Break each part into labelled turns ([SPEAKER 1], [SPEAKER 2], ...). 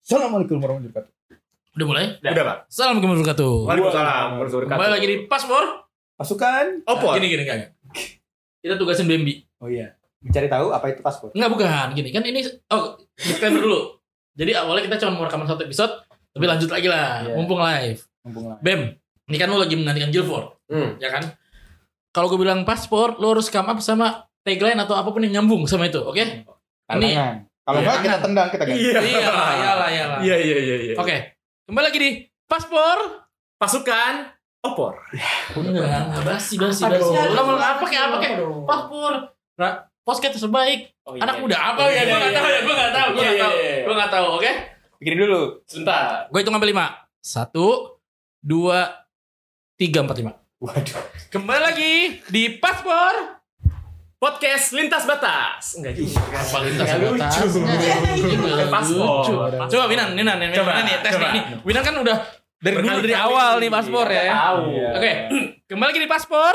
[SPEAKER 1] Assalamualaikum warahmatullahi wabarakatuh.
[SPEAKER 2] Udah mulai?
[SPEAKER 3] Udah, Pak.
[SPEAKER 2] Assalamualaikum warahmatullahi wabarakatuh.
[SPEAKER 3] Waalaikumsalam. warahmatullahi Iya.
[SPEAKER 2] Kembali lagi di Paspor.
[SPEAKER 1] Pasukan.
[SPEAKER 3] Opo.
[SPEAKER 2] Nah, Gini gini kan. Kita tugasin Bambi.
[SPEAKER 1] Oh iya.
[SPEAKER 4] Mencari tahu apa itu paspor.
[SPEAKER 2] Enggak bukan, gini kan ini oh disclaimer dulu. Jadi awalnya kita cuma mau rekaman satu episode, tapi lanjut lagi lah,
[SPEAKER 1] Iya.
[SPEAKER 2] mumpung live.
[SPEAKER 1] Mumpung lah.
[SPEAKER 2] Bem, ini kan lu lagi menggantikan Gilford,
[SPEAKER 3] Hmm.
[SPEAKER 2] ya kan? Kalau gue bilang paspor, lu harus come up sama tagline atau apapun yang nyambung sama itu, oke? Ini
[SPEAKER 4] Tantangan. Kalau
[SPEAKER 2] Iya.
[SPEAKER 4] enggak kita tendang kita ganti.
[SPEAKER 3] Iya.
[SPEAKER 2] iyalah, iyalah, iyalah.
[SPEAKER 3] Iya, iya, iya, iya.
[SPEAKER 2] Oke. Kembali lagi di Paspor.
[SPEAKER 3] Pasukan opor.
[SPEAKER 2] Enggak, enggak basi, basi,
[SPEAKER 1] Aduh.
[SPEAKER 2] basi. Lu ngomong apa kayak apa kayak Paspor. Nah, podcast tersebaik
[SPEAKER 3] Oh, Iya,
[SPEAKER 2] anak muda apa ya? Gue nggak tahu ya, gue nggak tahu, gue nggak tahu, gue nggak tahu. Oke,
[SPEAKER 4] Pikirin dulu.
[SPEAKER 3] Sebentar.
[SPEAKER 2] gue iya, hitung sampai lima. Satu, dua, tiga, empat, lima.
[SPEAKER 4] Waduh.
[SPEAKER 2] Kembali lagi di paspor.
[SPEAKER 3] Podcast lintas batas. Enggak juga.
[SPEAKER 2] Apa lintas
[SPEAKER 3] Nggak
[SPEAKER 2] batas?
[SPEAKER 3] Bukan paspor.
[SPEAKER 2] Coba, Coba Winan, Winan, Winan,
[SPEAKER 3] Coba,
[SPEAKER 2] Winan nih, tes
[SPEAKER 3] coba.
[SPEAKER 2] nih. nih. Winan kan udah dari dulu
[SPEAKER 3] Berkali-kali.
[SPEAKER 2] dari awal nih paspor
[SPEAKER 3] Nggak
[SPEAKER 2] ya.
[SPEAKER 3] Tahu.
[SPEAKER 4] Iya.
[SPEAKER 2] Oke, kembali lagi di paspor.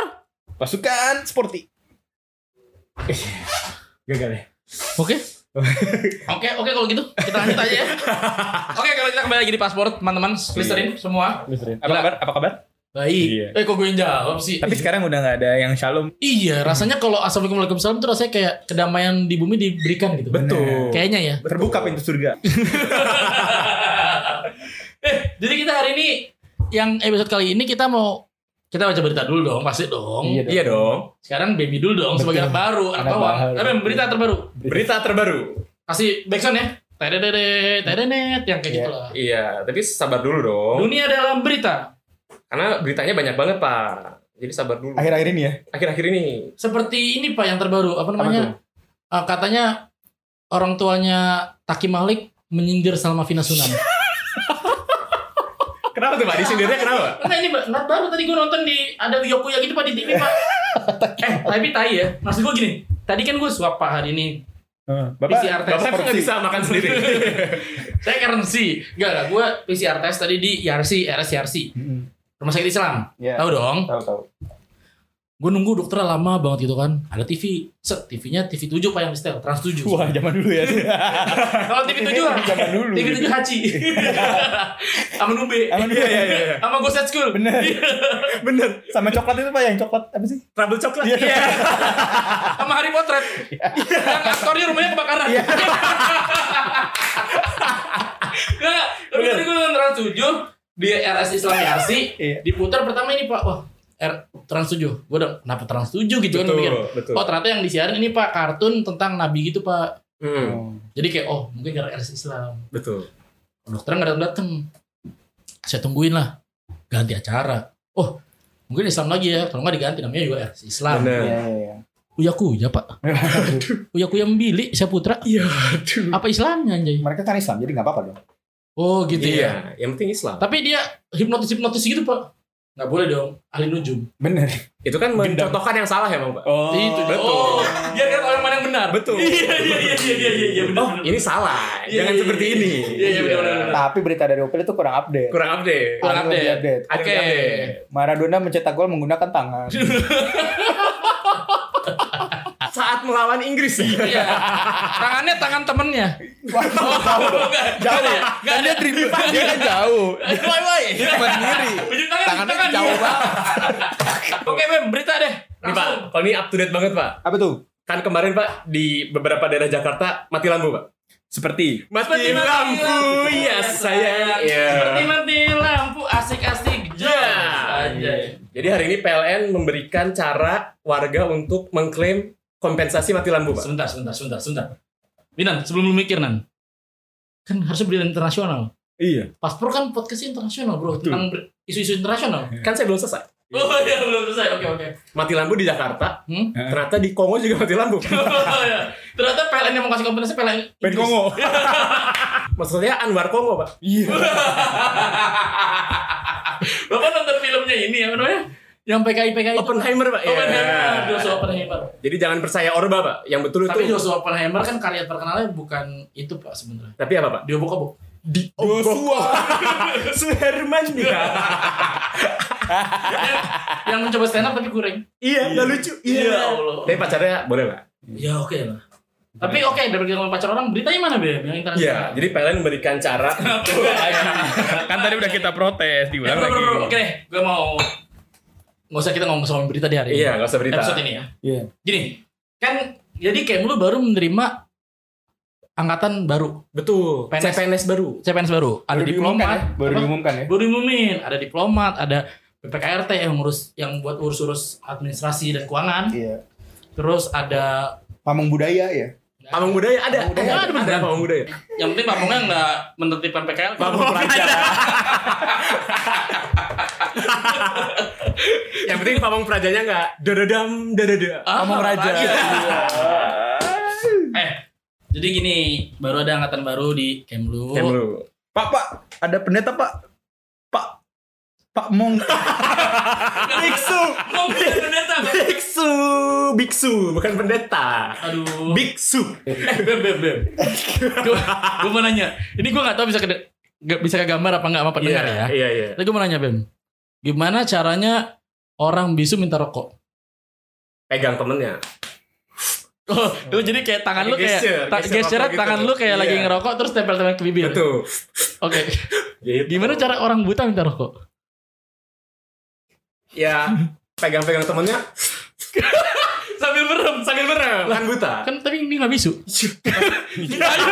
[SPEAKER 1] Pasukan sporty. Gagal ya.
[SPEAKER 2] Oke. Oke, oke kalau gitu kita lanjut aja ya. Oke, kalau kita kembali lagi di paspor, teman-teman, listerin semua.
[SPEAKER 5] Iya. Apa
[SPEAKER 2] Gila.
[SPEAKER 5] kabar? Apa kabar? Iya.
[SPEAKER 2] Baik. Eh, kok gue yang jawab sih?
[SPEAKER 5] Tapi sekarang udah nggak ada yang shalom.
[SPEAKER 2] Iya, rasanya kalau assalamualaikum waalaikumsalam tuh rasanya kayak kedamaian di bumi diberikan gitu.
[SPEAKER 5] Betul.
[SPEAKER 2] Kayaknya ya.
[SPEAKER 5] Terbuka pintu surga.
[SPEAKER 2] eh, jadi kita hari ini yang episode kali ini kita mau kita baca berita dulu dong, pasti dong.
[SPEAKER 1] Iya.
[SPEAKER 3] Iya dong.
[SPEAKER 2] Sekarang baby dulu dong sebagai anak baru, anak
[SPEAKER 1] Anak
[SPEAKER 2] bawang.
[SPEAKER 1] baru.
[SPEAKER 2] Tapi yang berita terbaru.
[SPEAKER 3] Berita terbaru.
[SPEAKER 2] Kasih backsound ya. Tedede, tedenet yang kayak
[SPEAKER 1] Iya.
[SPEAKER 2] gitu lah.
[SPEAKER 3] Iya, tapi sabar dulu
[SPEAKER 5] Oh.
[SPEAKER 3] dong.
[SPEAKER 2] Dunia dalam berita
[SPEAKER 3] Karena beritanya banyak banget, Pak. Jadi sabar dulu.
[SPEAKER 1] Akhir-akhir ini ya.
[SPEAKER 3] Akhir-akhir ini.
[SPEAKER 2] seperti ini Pak yang terbaru, apa namanya? Eh, katanya orang tuanya Taki Malik menyindir Salma Vina Sunan.
[SPEAKER 3] Oh, Kenapa tuh, Pak? Disindirnya kenapa?
[SPEAKER 2] Enggak Nah, ini Mbak, not baru tadi gue nonton di ada Yokuya gitu Pak di TV Pak. eh, tapi tai ya. Maksud gue gini, tadi kan gue swab Pak hari ini.
[SPEAKER 5] Heeh. Bapak,
[SPEAKER 2] PCR test.
[SPEAKER 3] Bapak nggak
[SPEAKER 5] korupsi.
[SPEAKER 3] bisa makan sendiri.
[SPEAKER 2] Saya currency. Enggak lah, gue PCR test tadi di E IRC, RSIRC. Rumah sakit Islam.
[SPEAKER 4] Iya.
[SPEAKER 2] Tahu dong.
[SPEAKER 4] Tahu tahu.
[SPEAKER 2] Gue nunggu dokternya lama banget gitu kan. Ada TV. Set, TV-nya TV 7 Pak yang di setel, Trans 7.
[SPEAKER 5] Wah, zaman dulu ya.
[SPEAKER 2] Kalau TV 7
[SPEAKER 5] kan Zaman dulu.
[SPEAKER 2] TV 7 Haji. Sama Nube.
[SPEAKER 5] Sama Nube, iya, iya, iya.
[SPEAKER 2] Sama Ghost at School. Iya.
[SPEAKER 5] Bener. Bener. Sama coklat itu Pak, yang coklat apa sih?
[SPEAKER 3] Trouble coklat.
[SPEAKER 5] Iya.
[SPEAKER 2] sama Harry Potret yang aktornya rumahnya kebakaran
[SPEAKER 5] Iya.
[SPEAKER 2] Enggak, tapi tadi gue nonton Trans 7 di RS Islam RC
[SPEAKER 5] Iya.
[SPEAKER 2] diputar pertama ini Pak, wah R Trans 7. Gue udah kenapa Trans 7 gitu kan gue mikir.
[SPEAKER 3] Betul, betul.
[SPEAKER 2] Oh, ternyata yang disiarin ini Pak kartun tentang nabi gitu Pak.
[SPEAKER 3] Hmm,
[SPEAKER 2] Jadi kayak oh, mungkin karena RS Islam.
[SPEAKER 3] betul.
[SPEAKER 2] Dokternya enggak datang. Saya tungguin lah. Ganti acara. Oh, mungkin Islam lagi ya. Kalau nggak diganti namanya juga RS Islam.
[SPEAKER 3] Benar.
[SPEAKER 4] Iya iya iya.
[SPEAKER 2] Uyaku ya Pak. Uyaku yang bilik saya putra.
[SPEAKER 3] Iya, aduh.
[SPEAKER 2] apa Islamnya anjay?
[SPEAKER 4] Mereka kan Islam jadi nggak apa-apa dong.
[SPEAKER 2] Oh gitu
[SPEAKER 3] Iya,
[SPEAKER 2] ya.
[SPEAKER 3] yang penting Islam.
[SPEAKER 2] Tapi dia hipnotis hipnotis gitu pak. Nggak boleh dong, ahli nujum.
[SPEAKER 1] Bener.
[SPEAKER 3] Itu kan mencontohkan yang salah emang, Pak.
[SPEAKER 5] Oh.
[SPEAKER 2] Itu dia.
[SPEAKER 3] betul.
[SPEAKER 2] Oh, dia kan orang mana yang benar.
[SPEAKER 3] Betul.
[SPEAKER 2] Iya iya iya iya iya iya, iya benar.
[SPEAKER 3] Oh, ini salah. Jangan
[SPEAKER 2] iya,
[SPEAKER 3] seperti
[SPEAKER 2] iya.
[SPEAKER 3] ini.
[SPEAKER 2] Iya, iya, benar, benar, benar.
[SPEAKER 4] Tapi berita dari Opel itu kurang update.
[SPEAKER 3] Kurang update.
[SPEAKER 2] Kurang
[SPEAKER 4] Ada yang
[SPEAKER 2] update.
[SPEAKER 4] update.
[SPEAKER 3] Ada
[SPEAKER 2] Oke.
[SPEAKER 3] yang update.
[SPEAKER 4] Maradona mencetak gol menggunakan tangan.
[SPEAKER 3] Saat melawan Inggris.
[SPEAKER 2] Iya. Tangannya tangan temennya.
[SPEAKER 4] Waduh,
[SPEAKER 2] Oh, enggak. Enggak ada. ya? Enggak ada.
[SPEAKER 5] dribble. Dia kan jauh.
[SPEAKER 2] Woi woi.
[SPEAKER 5] Cuma sendiri.
[SPEAKER 2] Ujung tangan
[SPEAKER 5] Tangannya
[SPEAKER 2] tangan.
[SPEAKER 5] jauh banget.
[SPEAKER 2] Oke, Bem, berita deh.
[SPEAKER 3] Nih, Pak. Kalau ini up to date banget, Pak.
[SPEAKER 4] Apa tuh?
[SPEAKER 3] Kan kemarin, Pak, di beberapa daerah Jakarta mati lampu, Pak.
[SPEAKER 5] Seperti
[SPEAKER 3] Mati lampu, ya saya.
[SPEAKER 2] Iya, Seperti
[SPEAKER 3] Iya.
[SPEAKER 2] mati lampu asik-asik.
[SPEAKER 3] Iya.
[SPEAKER 2] Anjay.
[SPEAKER 3] Jadi hari ini PLN memberikan cara warga untuk mengklaim kompensasi mati lampu, Pak.
[SPEAKER 2] Sebentar, sebentar, sebentar, sebentar. Minan, sebelum lu mikir Nan, kan harusnya berita internasional.
[SPEAKER 5] Iya.
[SPEAKER 2] Paspor kan podcastnya internasional bro, tentang ber- isu-isu internasional.
[SPEAKER 3] Kan saya belum selesai.
[SPEAKER 2] Oh iya belum selesai, oke oke.
[SPEAKER 3] Mati lampu di Jakarta,
[SPEAKER 2] Hmm?
[SPEAKER 3] ternyata di Kongo juga mati lampu.
[SPEAKER 2] Oh, iya. Ternyata PLN yang mau kasih kompetensi PLN Inggris.
[SPEAKER 5] Ben Kongo.
[SPEAKER 3] Maksudnya Anwar Kongo, Pak.
[SPEAKER 5] Iya.
[SPEAKER 2] Bapak nonton filmnya ini ya, namanya? Yang PKI PKI.
[SPEAKER 3] Oppenheimer, Pak. Iya.
[SPEAKER 2] Oppenheimer, Joshua Oppenheimer.
[SPEAKER 3] Jadi jangan percaya Orba, Pak. Yang betul itu.
[SPEAKER 2] Tapi Joshua Oppenheimer kan karya terkenalnya bukan itu pak sebenarnya.
[SPEAKER 3] Tapi apa, Pak?
[SPEAKER 2] Diobok-obok.
[SPEAKER 3] Di
[SPEAKER 2] Oh,
[SPEAKER 3] Joshua Suherman
[SPEAKER 2] Iya.
[SPEAKER 3] dia.
[SPEAKER 2] Yang mencoba stand up tapi kurang.
[SPEAKER 3] Iya, nggak lucu.
[SPEAKER 2] Ya Allah.
[SPEAKER 3] Tapi pacarnya boleh, Pak.
[SPEAKER 2] Ya oke lah. Tapi oke, dari pergaulan pacar orang, beritanya mana, Beb? Yang internasional.
[SPEAKER 3] Iya, jadi PLN memberikan cara untuk lagi.
[SPEAKER 6] kan tadi udah kita protes diulang
[SPEAKER 2] Bro, bro, bro,
[SPEAKER 6] lagi
[SPEAKER 2] Oke deh, gue mau... Nggak usah kita ngomong soal berita di hari ini.
[SPEAKER 3] Iya, nggak usah berita.
[SPEAKER 2] Episode ini ya.
[SPEAKER 4] Iya.
[SPEAKER 2] Gini, kan jadi kayak lu baru menerima angkatan baru,
[SPEAKER 3] Betul.
[SPEAKER 2] PNS.
[SPEAKER 3] CPNS baru.
[SPEAKER 2] CPNS baru, ada
[SPEAKER 4] Baru diumumkan
[SPEAKER 2] diplomat,
[SPEAKER 4] ya? Baru
[SPEAKER 2] apa?
[SPEAKER 4] diumumkan ya?
[SPEAKER 2] baru diumumin, ada diplomat, ada PPKRT yang ngurus yang buat urus-urus administrasi dan keuangan.
[SPEAKER 4] Iya.
[SPEAKER 2] Terus ada
[SPEAKER 4] Pamung budaya ya?
[SPEAKER 3] Pamung budaya ada.
[SPEAKER 2] Pamung budaya ada, beneran.
[SPEAKER 3] Pamung budaya.
[SPEAKER 2] yang penting papungnya nggak menertibkan PKL.
[SPEAKER 3] Pamung prajarah. Yang penting pamung prajanya nggak dadadam dadada.
[SPEAKER 2] Ah,
[SPEAKER 3] Pamung raja.
[SPEAKER 2] Praja. eh, jadi gini, baru ada angkatan baru di Kemlu.
[SPEAKER 3] Kemlu.
[SPEAKER 5] Pak, Pak, ada pendeta, Pak. Pak, Pak Mong.
[SPEAKER 2] Ah,
[SPEAKER 3] Biksu,
[SPEAKER 2] Oh, bukan pendeta.
[SPEAKER 3] biksu, biksu, bukan pendeta.
[SPEAKER 2] Aduh.
[SPEAKER 3] Biksu.
[SPEAKER 2] Eh, beb, beb, beb. Gue gue mau nanya. Ini gue gak tahu bisa kede- nggak bisa kegambar apa nggak sama pendengar ya.
[SPEAKER 3] Iya, iya.
[SPEAKER 2] Tapi gue mau nanya, Bem. Gimana caranya orang bisu minta rokok?
[SPEAKER 3] Pegang temennya.
[SPEAKER 2] Oh, lu jadi kayak tangan lu kayak
[SPEAKER 3] Gesture,
[SPEAKER 2] ta-
[SPEAKER 3] gesture
[SPEAKER 2] gesture
[SPEAKER 3] rokok
[SPEAKER 2] tangan
[SPEAKER 3] gitu.
[SPEAKER 2] lu kayak lagi
[SPEAKER 3] Iya.
[SPEAKER 2] ngerokok terus tempel-tempel ke bibir. Oke.
[SPEAKER 3] Betul. Gitu.
[SPEAKER 2] Gimana cara orang buta minta rokok?
[SPEAKER 3] Ya, pegang-pegang temennya.
[SPEAKER 2] Sambil merem, sambil merem.
[SPEAKER 3] Kan buta.
[SPEAKER 2] Kan tapi ini gak bisu. Minta aja.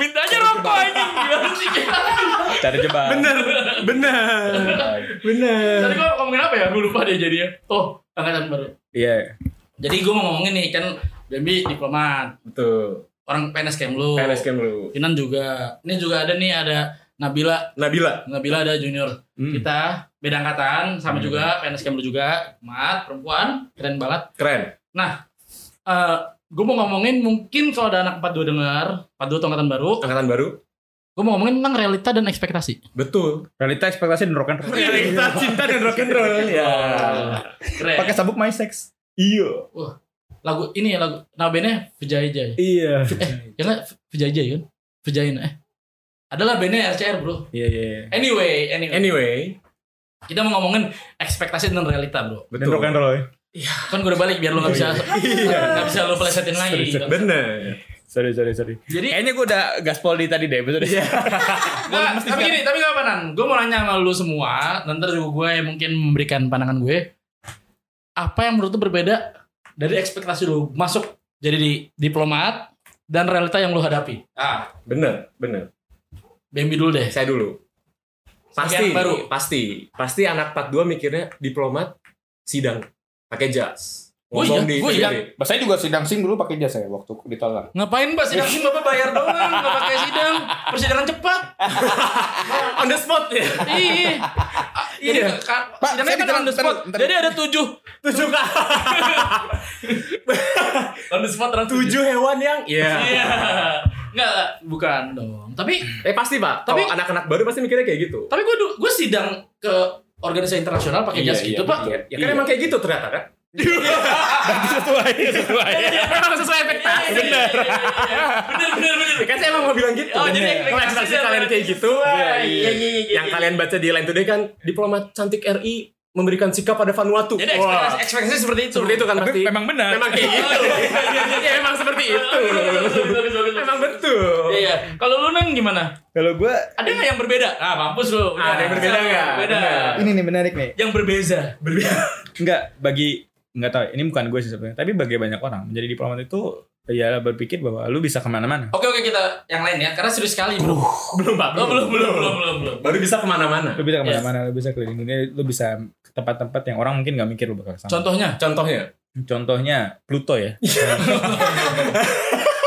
[SPEAKER 2] Minta aja rokok anjing. Gimana sih?
[SPEAKER 6] cari jebak
[SPEAKER 3] Bener, bener, bener.
[SPEAKER 2] Tadi gue ngomongin apa ya? Gue lupa deh jadinya. Oh, angkatan baru.
[SPEAKER 6] iya
[SPEAKER 2] Jadi gue mau ngomongin nih kan Bambi diplomat,
[SPEAKER 3] Betul.
[SPEAKER 2] orang PNS Kemlu,
[SPEAKER 3] PNS Kemlu.
[SPEAKER 2] Finan juga. Ini juga ada nih ada Nabila,
[SPEAKER 3] Nabila.
[SPEAKER 2] Nabila ada junior kita beda angkatan sama juga PNS Kemlu juga, mat perempuan keren banget.
[SPEAKER 3] Keren.
[SPEAKER 2] Eh gue mau ngomongin mungkin kalau ada anak 42 dengar, 42 tuh angkatan baru,
[SPEAKER 3] Angkatan baru.
[SPEAKER 2] gue mau ngomongin tentang realita dan ekspektasi.
[SPEAKER 3] Betul.
[SPEAKER 6] realita ekspektasi dan rock and roll
[SPEAKER 3] Realita cinta dan rock and roll. Ya.
[SPEAKER 2] Keren.
[SPEAKER 5] Pakai sabuk my sex. Iya.
[SPEAKER 2] lagu ini ya, lagu namanya Vijay Jay.
[SPEAKER 6] iya
[SPEAKER 2] Ya enggak Vijay Jay kan? Vijayin eh. Adalah bandnya RCR, Bro.
[SPEAKER 6] iya iya
[SPEAKER 2] Anyway, anyway.
[SPEAKER 3] Anyway,
[SPEAKER 2] kita mau ngomongin ekspektasi dan realita bro
[SPEAKER 5] Dan rock and roll ya.
[SPEAKER 2] kan gue udah balik biar lo nggak bisa nggak bisa lo pelesetin
[SPEAKER 3] Iya,
[SPEAKER 2] lagi gitu.
[SPEAKER 3] Bener.
[SPEAKER 6] sorry sorry sorry
[SPEAKER 2] jadi
[SPEAKER 6] kayaknya gue udah gaspol di tadi deh episode
[SPEAKER 5] Iya.
[SPEAKER 2] nggak, tapi gini tapi gak apa gue mau nanya sama lo semua nanti juga gue yang mungkin memberikan pandangan gue apa yang menurut lo berbeda dari ekspektasi lo masuk jadi di diplomat dan realita yang lo hadapi ah
[SPEAKER 3] Bener, bener.
[SPEAKER 2] Bambi dulu deh
[SPEAKER 3] Saya dulu. Pasti,
[SPEAKER 2] Sebagai anak baru.
[SPEAKER 3] pasti, pasti anak 42 mikirnya diplomat sidang pakai jas.
[SPEAKER 2] Oh iya,
[SPEAKER 3] Ngomong di
[SPEAKER 2] gua
[SPEAKER 3] TV.
[SPEAKER 2] sidang.
[SPEAKER 4] Bahasanya juga sidang sing dulu pakai jasa ya waktu ditolak.
[SPEAKER 2] ngapain pak sidang sih bapak bayar doang nggak pakai sidang persidangan cepat
[SPEAKER 3] On the spot ya.
[SPEAKER 2] iya iya
[SPEAKER 5] Pak, saya
[SPEAKER 2] sidangnya kan
[SPEAKER 5] ditelan-
[SPEAKER 2] on the spot
[SPEAKER 5] ntar- ntar.
[SPEAKER 2] jadi ada tujuh
[SPEAKER 3] Tujuh
[SPEAKER 2] on the spot orang
[SPEAKER 3] Tujuh hewan yang Iya.
[SPEAKER 2] Iya. Enggak, enggak, bukan dong. Tapi
[SPEAKER 3] Eh pasti Pak,
[SPEAKER 2] Tapi-
[SPEAKER 3] kalau anak-anak baru pasti mikirnya kayak gitu.
[SPEAKER 2] tapi gue gue sidang ke organisasi internasional pakai jas gitu, Pak.
[SPEAKER 3] Ya kan emang kayak gitu ternyata kan?
[SPEAKER 6] sesuai sesuai
[SPEAKER 2] Emang sesuai ekspektasi.
[SPEAKER 3] Iya,
[SPEAKER 2] Bener. Bener, bener, bener.
[SPEAKER 3] Ya iya. kan saya emang mau bilang gitu.
[SPEAKER 2] Oh, jadi
[SPEAKER 3] Kalau ekspektasi kalian kayak gitu,
[SPEAKER 2] Wah, iya, iya, iya, iya.
[SPEAKER 3] yang kalian baca di Line Today kan diplomat cantik RI memberikan sikap pada Vanuatu.
[SPEAKER 2] Jadi
[SPEAKER 3] Wah.
[SPEAKER 2] ekspektasi, Oh, iya, ekspektasi seperti itu.
[SPEAKER 3] Seperti itu kan
[SPEAKER 6] tapi
[SPEAKER 3] pasti.
[SPEAKER 6] memang benar
[SPEAKER 3] Memang kayak gitu. Jadi emang seperti itu. Memang betul.
[SPEAKER 2] Iya, iya. Kalau lu nang gimana?
[SPEAKER 5] Kalau gue,
[SPEAKER 2] Ada nggak yang berbeda? Ah, mampus lu.
[SPEAKER 3] Ah, ada yang berbeda nggak?
[SPEAKER 2] Beda.
[SPEAKER 3] Bener.
[SPEAKER 5] ini nih menarik nih.
[SPEAKER 2] Yang berbeza.
[SPEAKER 6] Enggak, bagi enggak tahu. Ini bukan gue sih sebenarnya, tapi bagi banyak orang menjadi diplomat itu ya berpikir bahwa lu bisa kemana-mana.
[SPEAKER 2] Oke, oke kita yang lain ya. Karena serius sekali, Bro.
[SPEAKER 3] Belum, Pak.
[SPEAKER 2] Oh, belum, belum, belum, belum, belum.
[SPEAKER 3] Baru bisa kemana-mana.
[SPEAKER 6] Lu bisa kemana-mana, lu bisa keliling dunia, lu bisa ke tempat-tempat yang orang mungkin nggak mikir lu bakal kesana.
[SPEAKER 2] Contohnya,
[SPEAKER 3] Contohnya,
[SPEAKER 6] Contohnya Pluto ya.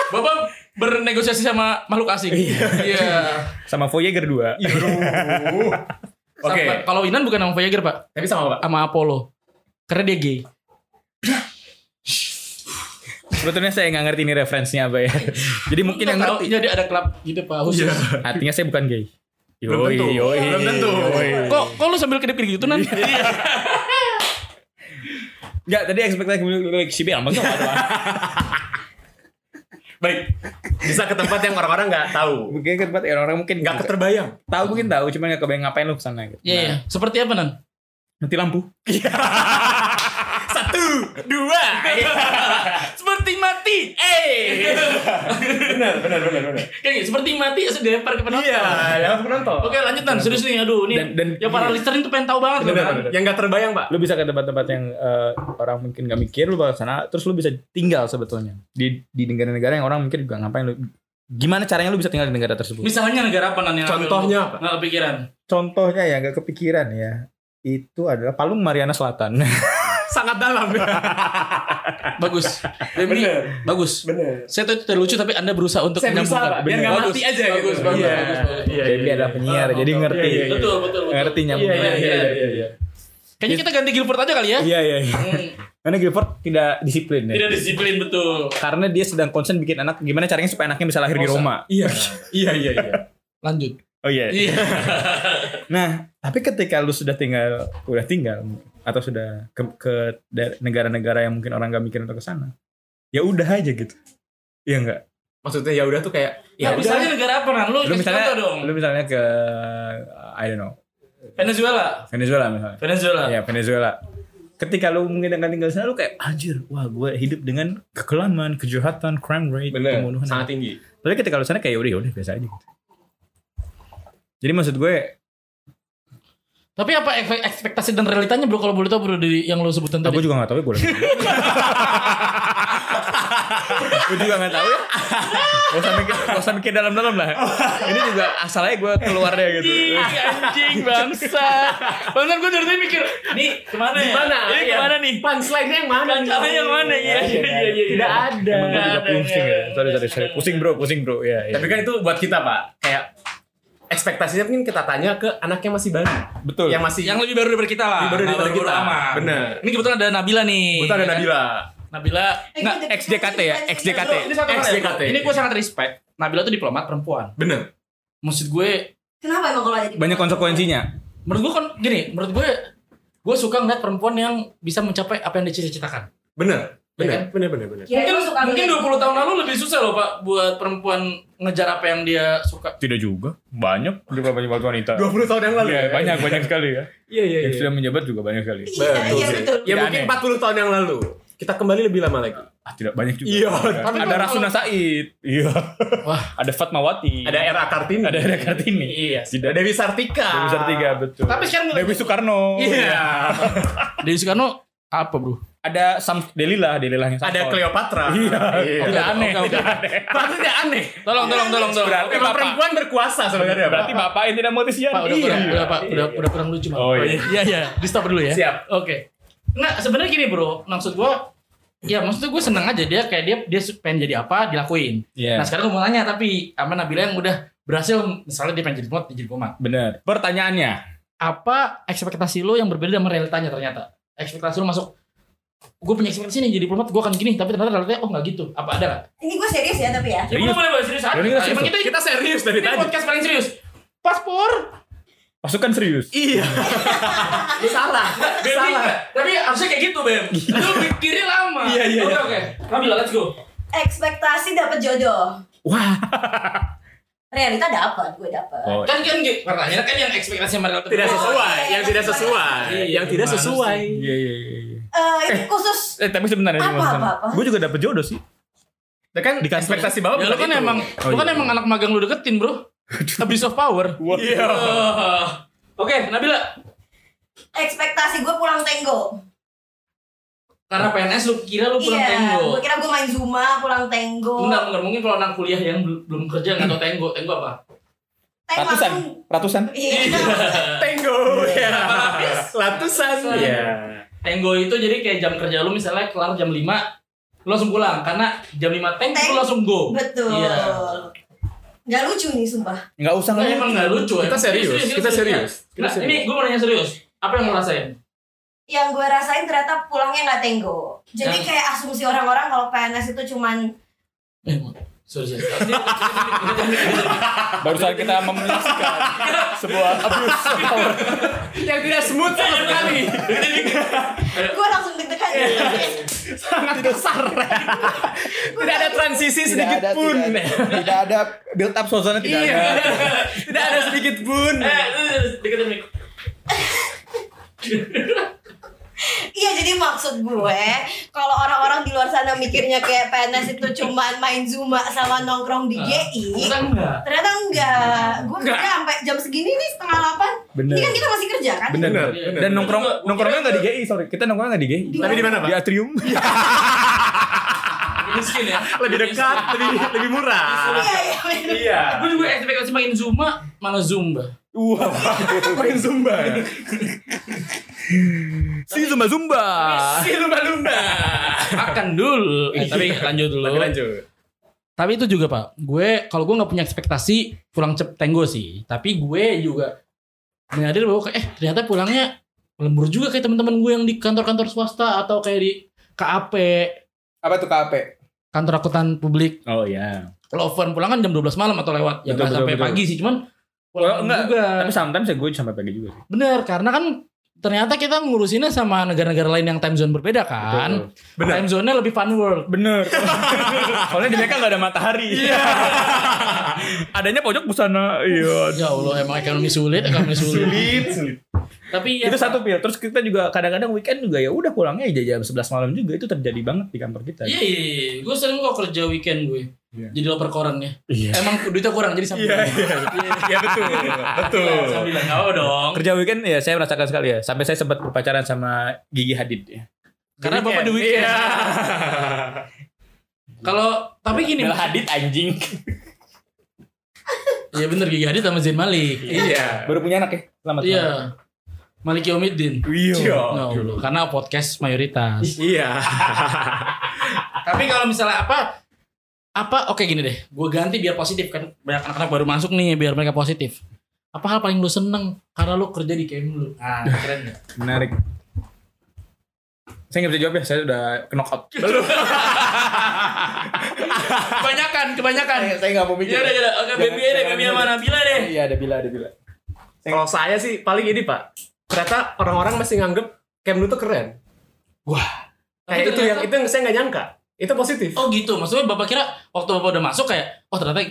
[SPEAKER 2] Bapak bernegosiasi sama makhluk asing. Iya.
[SPEAKER 6] sama Voyager 2.
[SPEAKER 2] Sama-
[SPEAKER 3] Oke.
[SPEAKER 2] Kalau Inan bukan sama Voyager, Pak.
[SPEAKER 3] tapi sama Pak.
[SPEAKER 2] Sama Apollo. Karena dia gay.
[SPEAKER 6] Sebetulnya saya nggak ngerti ini referensinya apa ya. Jadi mungkin yang
[SPEAKER 2] tahu,
[SPEAKER 6] ngerti.
[SPEAKER 2] jadi ada klub gitu, Pak. Khusus.
[SPEAKER 6] Artinya saya bukan gay.
[SPEAKER 3] Belum tentu.
[SPEAKER 6] yoi,
[SPEAKER 3] Belum tentu.
[SPEAKER 6] yoi.
[SPEAKER 2] Kok kok lu sambil kedip-kedip gitu nan?
[SPEAKER 6] Enggak, tadi ekspektasi sibir amat
[SPEAKER 3] Baik. Bisa ke tempat yang orang-orang nggak tahu.
[SPEAKER 6] Mungkin ke tempat yang orang mungkin
[SPEAKER 3] Nggak keterbayang.
[SPEAKER 6] tahu mungkin tahu cuman nggak kebayang ngapain lu kesana gitu.
[SPEAKER 2] Iya, iya. Seperti apa nan?
[SPEAKER 6] Nanti lampu.
[SPEAKER 3] Satu
[SPEAKER 2] dua.
[SPEAKER 3] Iya,
[SPEAKER 2] seperti mati. Eh.
[SPEAKER 3] benar benar benar benar
[SPEAKER 2] Kayak gini, seperti mati ya sudah lempar ke penonton.
[SPEAKER 3] iya lewat penonton
[SPEAKER 2] Oke, lanjut Nan. Serius nih, aduh nih.
[SPEAKER 6] Dan- dan-
[SPEAKER 2] yang para listener tuh pengen tahu banget loh,
[SPEAKER 3] benar
[SPEAKER 2] Nan.
[SPEAKER 3] benar yang nggak terbayang pak
[SPEAKER 6] lu bisa ke tempat-tempat yang eh, orang mungkin gak mikir lu bakal sana terus lu bisa tinggal sebetulnya di di negara-negara yang orang mungkin juga ngapain lu gimana caranya lu bisa tinggal di negara tersebut
[SPEAKER 2] Misalnya negara apa Nan yang
[SPEAKER 3] Contohnya apa?
[SPEAKER 2] Enggak kepikiran.
[SPEAKER 6] contohnya ya gak kepikiran ya itu adalah Palung Mariana Selatan
[SPEAKER 3] sangat dalam
[SPEAKER 2] Bagus. Dan ini
[SPEAKER 3] Bener.
[SPEAKER 2] bagus.
[SPEAKER 3] benar
[SPEAKER 2] Saya tahu itu tidak lucu tapi Anda berusaha untuk
[SPEAKER 3] saya bisa pak biar nggak
[SPEAKER 2] Bagus,
[SPEAKER 3] mati aja
[SPEAKER 2] bagus,
[SPEAKER 3] gitu.
[SPEAKER 2] bagus,
[SPEAKER 3] Iya,
[SPEAKER 2] bagus, bagus.
[SPEAKER 3] iya,
[SPEAKER 6] Debbie
[SPEAKER 3] iya,
[SPEAKER 6] adalah
[SPEAKER 3] iya.
[SPEAKER 6] penyiar
[SPEAKER 3] Oh,
[SPEAKER 6] jadi
[SPEAKER 3] oh,
[SPEAKER 6] ngerti
[SPEAKER 3] iya, iya,
[SPEAKER 2] Betul, betul, betul.
[SPEAKER 6] ngerti
[SPEAKER 3] iya
[SPEAKER 6] nyambungnya
[SPEAKER 3] iya iya
[SPEAKER 2] Iya,
[SPEAKER 3] iya iya
[SPEAKER 2] Kayaknya kita ganti Gilbert aja kali ya.
[SPEAKER 6] iya iya iya.
[SPEAKER 2] Hmm,
[SPEAKER 6] karena Gilbert tidak disiplin ya
[SPEAKER 2] tidak disiplin betul.
[SPEAKER 6] karena dia sedang concern bikin anak gimana caranya supaya anaknya bisa lahir di
[SPEAKER 2] Rosa.
[SPEAKER 6] Roma
[SPEAKER 3] iya iya iya iya
[SPEAKER 2] Lanjut.
[SPEAKER 6] oh iya
[SPEAKER 2] Iya.
[SPEAKER 6] Nah, tapi ketika lu sudah tinggal, udah tinggal atau sudah ke, ke da- negara-negara yang mungkin orang gak mikir untuk ke sana, ya udah aja gitu. Iya enggak?
[SPEAKER 3] maksudnya ya udah tuh kayak
[SPEAKER 2] Nah,
[SPEAKER 3] ya udah
[SPEAKER 2] misalnya negara apa Nan? Lu
[SPEAKER 6] Lu
[SPEAKER 2] kasih
[SPEAKER 6] misalnya
[SPEAKER 2] contoh dong.
[SPEAKER 6] lu misalnya ke I don't know,
[SPEAKER 2] Venezuela.
[SPEAKER 6] Venezuela misalnya.
[SPEAKER 2] Venezuela.
[SPEAKER 6] Ya, Venezuela. Ketika lu mungkin akan tinggal di sana lu kayak anjir, wah gue hidup dengan kekelaman, kejahatan, crime rate,
[SPEAKER 3] benar
[SPEAKER 6] pembunuhan.
[SPEAKER 3] sangat tinggi
[SPEAKER 6] Tapi ketika lu sana kayak udah udah biasa aja gitu. Jadi maksud gue
[SPEAKER 2] Tapi apa efek- ekspektasi dan realitanya bro kalau boleh tahu bro dari yang lo sebutin
[SPEAKER 6] Aku
[SPEAKER 2] tadi?
[SPEAKER 6] juga gak tahu ya gue Gue juga gak tahu ya Gak usah mikir, gak usah mikir dalam-dalam lah Ini juga asalnya gue keluarnya gitu
[SPEAKER 2] Ih, anjing bangsa. Bener gue dari tadi mikir, nih kemana ya?
[SPEAKER 3] Gimana?
[SPEAKER 2] Ini
[SPEAKER 3] Iya.
[SPEAKER 2] kemana nih?
[SPEAKER 3] punchline yang mana
[SPEAKER 2] Caranya yang mana? Iya, iya, iya, iya.
[SPEAKER 3] tidak ada
[SPEAKER 6] Emang gue juga
[SPEAKER 2] Ada,
[SPEAKER 6] pusing
[SPEAKER 2] ada,
[SPEAKER 6] ya Sorry,
[SPEAKER 2] ada,
[SPEAKER 6] sorry, sorry
[SPEAKER 2] ada.
[SPEAKER 6] Pusing bro, pusing bro ya, ya.
[SPEAKER 3] tapi kan itu buat kita pak kayak ekspektasinya mungkin kita tanya ke anak yang masih baru
[SPEAKER 6] Betul
[SPEAKER 3] yang masih
[SPEAKER 2] Yang lebih baru daripada kita lah.
[SPEAKER 3] Lebih baru
[SPEAKER 2] Nggak
[SPEAKER 3] daripada
[SPEAKER 2] baru-baru
[SPEAKER 3] kita.
[SPEAKER 2] amat.
[SPEAKER 3] Bener.
[SPEAKER 2] Ini kebetulan ada Nabila nih.
[SPEAKER 3] itu ada
[SPEAKER 2] Ya kan?
[SPEAKER 3] Nabila
[SPEAKER 2] Nabila. Nggak,
[SPEAKER 6] XJKT ya, XJKT
[SPEAKER 2] Ini satu hal ya,
[SPEAKER 3] XJKT.
[SPEAKER 2] bro. Ini gue sangat respect. Nabila tuh diplomat perempuan.
[SPEAKER 3] bener
[SPEAKER 2] Maksud gue
[SPEAKER 7] Kenapa emang kalau jadi
[SPEAKER 6] Banyak konsekuensinya
[SPEAKER 2] menurut gue kan gini menurut gue gue suka ngeliat perempuan yang bisa mencapai apa yang dicita-citakan
[SPEAKER 3] bener
[SPEAKER 2] Iya
[SPEAKER 3] bener
[SPEAKER 2] kan?
[SPEAKER 3] bener bener bener
[SPEAKER 7] Kirain
[SPEAKER 2] mungkin
[SPEAKER 7] lu Ya, suka
[SPEAKER 2] mungkin
[SPEAKER 7] milih.
[SPEAKER 2] 20 tahun lalu lebih susah loh pak buat perempuan ngejar apa yang dia suka
[SPEAKER 6] Tidak juga Banyak Juga banyak banget wanita
[SPEAKER 3] 20 tahun yang lalu
[SPEAKER 6] Iya, banyak, banyak sekali ya
[SPEAKER 3] iya iya
[SPEAKER 6] Yang
[SPEAKER 3] iya
[SPEAKER 6] sudah menjabat juga banyak sekali
[SPEAKER 7] Iya, iya
[SPEAKER 3] Betul.
[SPEAKER 7] betul.
[SPEAKER 3] ya mungkin
[SPEAKER 6] aneh.
[SPEAKER 3] 40 tahun yang lalu kita kembali lebih lama lagi
[SPEAKER 6] ah, Tidak banyak juga
[SPEAKER 3] Iya.
[SPEAKER 2] Tapi
[SPEAKER 6] Ada
[SPEAKER 2] kalau-
[SPEAKER 6] Rasuna Said Iya
[SPEAKER 2] Wah.
[SPEAKER 6] Ada Fatmawati
[SPEAKER 3] ada era Kartini
[SPEAKER 6] Iya. Ada Era Kartini
[SPEAKER 2] iya
[SPEAKER 3] ada Dewi Sartika
[SPEAKER 6] Dewi Sartika Oh, betul.
[SPEAKER 2] Tapi sekarang-
[SPEAKER 6] Dewi Soekarno.
[SPEAKER 3] iya
[SPEAKER 2] Dewi Soekarno apa bro
[SPEAKER 6] Ada Sam Delilah, Delilah yang
[SPEAKER 3] ada
[SPEAKER 6] Samson.
[SPEAKER 3] Cleopatra
[SPEAKER 6] Iya.
[SPEAKER 3] tidak
[SPEAKER 2] Oke,
[SPEAKER 3] aneh
[SPEAKER 2] oke, oke.
[SPEAKER 3] tidak aneh maksudnya aneh
[SPEAKER 2] tolong tolong tolong tolong
[SPEAKER 6] Berarti
[SPEAKER 2] Oke,
[SPEAKER 3] Emang
[SPEAKER 2] Pak,
[SPEAKER 3] perempuan berkuasa sebenarnya
[SPEAKER 6] Ya, Berarti bapak yang tidak mau Tizian.
[SPEAKER 2] Pak, udah
[SPEAKER 6] Iya.
[SPEAKER 2] kurang, udah pak udah udah kurang lucu pak
[SPEAKER 6] Oh, iya.
[SPEAKER 2] iya iya di stop dulu ya
[SPEAKER 3] Siap.
[SPEAKER 2] oke nggak sebenarnya gini bro maksud gue ya maksudnya gue seneng aja dia kayak dia dia pengen jadi apa dilakuin
[SPEAKER 6] Iya.
[SPEAKER 2] nah sekarang gue mau nanya tapi sama Nabila yang udah berhasil misalnya dia pengen jadi diplomat dia jadi diplomat
[SPEAKER 6] Benar. Pertanyaannya,
[SPEAKER 2] apa ekspektasi lo yang berbeda sama realitanya ternyata ekspektasi lo masuk gue punya ekspektasi nih jadi diplomat gue akan gini tapi ternyata realitanya oh nggak gitu apa ada nggak
[SPEAKER 7] Ini gue serius ya tapi ya.
[SPEAKER 2] ya,
[SPEAKER 6] Serius?
[SPEAKER 2] boleh boleh serius aja
[SPEAKER 6] Ini kita serius
[SPEAKER 2] Emang kita,
[SPEAKER 3] kita serius dari
[SPEAKER 2] ini
[SPEAKER 3] tadi
[SPEAKER 2] podcast paling serius paspor
[SPEAKER 6] pasukan serius.
[SPEAKER 3] Iya. salah.
[SPEAKER 2] Bem,
[SPEAKER 3] salah.
[SPEAKER 2] enggak. tapi harusnya kayak gitu bem lo pikirnya lama
[SPEAKER 3] Iya, iya,
[SPEAKER 2] oke
[SPEAKER 3] iya.
[SPEAKER 2] oke ambil let's go
[SPEAKER 7] Ekspektasi dapat jodoh.
[SPEAKER 6] Wah.
[SPEAKER 7] Realita dapat, gue dapat.
[SPEAKER 6] Oh.
[SPEAKER 2] kan kan gitu pertanyaan kan yang ekspektasi sama realitas
[SPEAKER 3] Tidak
[SPEAKER 2] Oh,
[SPEAKER 3] sesuai, yang tidak sesuai,
[SPEAKER 2] Iya,
[SPEAKER 3] yang tidak
[SPEAKER 2] gimana
[SPEAKER 3] sesuai.
[SPEAKER 6] Iya iya iya. iya.
[SPEAKER 7] Eh, ini khusus
[SPEAKER 6] Eh tapi sebentar ya.
[SPEAKER 7] Apa, apa, apa?
[SPEAKER 6] Gue juga dapet jodoh sih.
[SPEAKER 3] Ya kan
[SPEAKER 6] Di kantor.
[SPEAKER 3] ekspektasi Bapak
[SPEAKER 2] ya lo
[SPEAKER 3] bukan
[SPEAKER 2] kan
[SPEAKER 3] itu.
[SPEAKER 2] emang
[SPEAKER 6] Oh,
[SPEAKER 2] lo kan
[SPEAKER 6] iya.
[SPEAKER 2] emang anak magang lu deketin bro abuse of power
[SPEAKER 3] Iya.
[SPEAKER 2] Eh, oke Nabila
[SPEAKER 7] ekspektasi gue pulang tenggo.
[SPEAKER 2] karena PNS lu kira lu Oh, pulang
[SPEAKER 7] iya,
[SPEAKER 2] tenggo
[SPEAKER 7] gue kira gue main zuma pulang tenggo.
[SPEAKER 2] Bentar, bentar. Mungkin kalau anak kuliah yang bel- belum kerja nggak tahu tenggo, tenggo apa?
[SPEAKER 7] Teng
[SPEAKER 4] Ratusan,
[SPEAKER 7] langsung.
[SPEAKER 4] ratusan.
[SPEAKER 7] Iya.
[SPEAKER 3] Tenggo. Iya. Latusan. Iya.
[SPEAKER 2] Tenggo itu jadi kayak jam kerja lu misalnya kelar jam 5 lu langsung pulang karena jam 5 tenggo
[SPEAKER 7] Teng-
[SPEAKER 2] lu langsung go.
[SPEAKER 7] Betul.
[SPEAKER 2] Iya.
[SPEAKER 7] Nggak lucu nih sumpah.
[SPEAKER 4] Enggak usah
[SPEAKER 2] Nah, emang nggak lucu. emang.
[SPEAKER 3] Kita serius, kita serius, kita
[SPEAKER 2] Nah, ini gue mau nanya serius. Apa yang lo rasain?
[SPEAKER 7] Yang gue rasain ternyata pulangnya nggak tenggo. Jadi
[SPEAKER 2] Yang-
[SPEAKER 7] kayak asumsi orang-orang kalau PNS itu cuman
[SPEAKER 2] Eh, sorry, sorry.
[SPEAKER 4] Barusan kita menyaksikan sebuah abuse.
[SPEAKER 3] Yang tidak smooth
[SPEAKER 2] Eh,
[SPEAKER 3] sama sekali.
[SPEAKER 7] gue langsung deg-degan.
[SPEAKER 2] Iya.
[SPEAKER 3] Sangat besar. Tidak ada transisi
[SPEAKER 4] Tidak
[SPEAKER 3] sedikit
[SPEAKER 4] ada,
[SPEAKER 3] pun.
[SPEAKER 4] tidak, tidak ada build up suasana tidak
[SPEAKER 3] Iya.
[SPEAKER 4] ada.
[SPEAKER 3] Tidak ada sedikit pun.
[SPEAKER 2] Eh,
[SPEAKER 3] eh,
[SPEAKER 2] terus, terus, deketin mic.
[SPEAKER 7] Iya jadi Jadi maksud gue, kalau orang-orang di luar sana mikirnya kayak PNS itu cuman main zumba sama nongkrong di GI,
[SPEAKER 2] Kita enggak.
[SPEAKER 7] ternyata enggak. Gue kerja sampai jam segini nih setengah delapan.
[SPEAKER 6] Bener.
[SPEAKER 7] Ini kan kita masih kerja kan?
[SPEAKER 6] Bener.
[SPEAKER 3] Bener, bener.
[SPEAKER 6] Dan nongkrong nongkrongnya nggak di GI, sorry. Kita nongkrongnya nggak di GI.
[SPEAKER 7] Tapi di
[SPEAKER 3] mana, Pak?
[SPEAKER 6] Di atrium.
[SPEAKER 2] Makin miskin ya.
[SPEAKER 3] lebih dekat, lebih lebih murah.
[SPEAKER 7] Iya iya. bener.
[SPEAKER 3] Iya.
[SPEAKER 2] Gue juga ekspektasi makin Zuma malah Zumba.
[SPEAKER 6] Wah, main zumba. si zumba zumba.
[SPEAKER 3] Si lumba-lumba.
[SPEAKER 2] Akan dulu. Eh, tapi lanjut dulu.
[SPEAKER 3] Iya. Lanjut.
[SPEAKER 2] Tapi itu juga pak, gue kalau gue nggak punya ekspektasi pulang cep tenggo sih. Tapi gue juga menyadari bahwa kayak, eh ternyata pulangnya lembur juga kayak teman-teman gue yang di kantor-kantor swasta atau kayak di KAP
[SPEAKER 1] Apa tuh KAP?
[SPEAKER 2] kantor akuntan publik.
[SPEAKER 6] Oh iya.
[SPEAKER 2] Loven pulang kan jam 12 malam atau lewat ya
[SPEAKER 6] Betul,
[SPEAKER 2] nggak sampai
[SPEAKER 6] betul,
[SPEAKER 2] pagi sih, cuman
[SPEAKER 6] Well,
[SPEAKER 2] pulang
[SPEAKER 6] enggak.
[SPEAKER 2] juga.
[SPEAKER 6] Tapi sometimes ya gue sampai pagi juga sih.
[SPEAKER 2] Bener, karena kan ternyata kita ngurusinnya sama negara-negara lain yang time zone berbeda kan.
[SPEAKER 3] Bener.
[SPEAKER 2] Time zone-nya lebih fun world.
[SPEAKER 6] Bener. Soalnya di mereka nggak ada matahari. Iya. Adanya pojok busana. Iya.
[SPEAKER 2] Ya Allah, emang ekonomi sulit, ekonomi sulit. Tapi ya,
[SPEAKER 6] itu satu pil. Terus kita juga kadang-kadang weekend juga ya udah pulangnya aja jam 11 malam juga itu terjadi banget di kantor kita.
[SPEAKER 2] Iya, iya, iya. Gue sering kok kerja weekend gue. Jadi loper koran ya.
[SPEAKER 6] Iya.
[SPEAKER 2] Emang duitnya kurang jadi sambilan.
[SPEAKER 3] Iya betul. Betul.
[SPEAKER 2] sambilan nggak apa dong.
[SPEAKER 6] Kerja weekend ya saya merasakan sekali ya. Sampai saya sempat berpacaran sama Gigi Hadid ya.
[SPEAKER 2] Karena bapak di weekend.
[SPEAKER 3] Iya.
[SPEAKER 2] Kalau tapi gini,
[SPEAKER 4] Bel Hadid anjing.
[SPEAKER 2] ya bener Gigi Hadid sama Zain Malik.
[SPEAKER 3] Iya.
[SPEAKER 6] Baru punya anak ya. Selamat.
[SPEAKER 2] Iya. Malik Yomidin.
[SPEAKER 3] Iya.
[SPEAKER 2] No, karena podcast mayoritas.
[SPEAKER 3] Iya.
[SPEAKER 2] tapi kalau misalnya apa apa oke gini deh. Gue ganti biar positif kan banyak anak-anak baru masuk nih biar mereka positif. Apa hal paling lu seneng karena lu kerja di Kemlu? Ah, keren ya.
[SPEAKER 6] Menarik. Saya nggak bisa jawab ya, saya udah knock out.
[SPEAKER 2] Kebanyakan, kebanyakan.
[SPEAKER 1] Saya nggak mau
[SPEAKER 2] Iya,
[SPEAKER 1] mikir.
[SPEAKER 2] udah, udah. Oke, Baby deh, Baby sama Nabila deh.
[SPEAKER 1] Iya ada bila ada bila.
[SPEAKER 3] Kalau saya sih paling ini pak. Ternyata orang-orang masih nganggep Kemlu tuh keren. Wah. Kayak
[SPEAKER 2] Tapi
[SPEAKER 3] itu yang itu yang saya nggak nyangka. Itu positif.
[SPEAKER 2] Oh gitu, maksudnya bapak kira waktu bapak udah masuk kayak, oh ternyata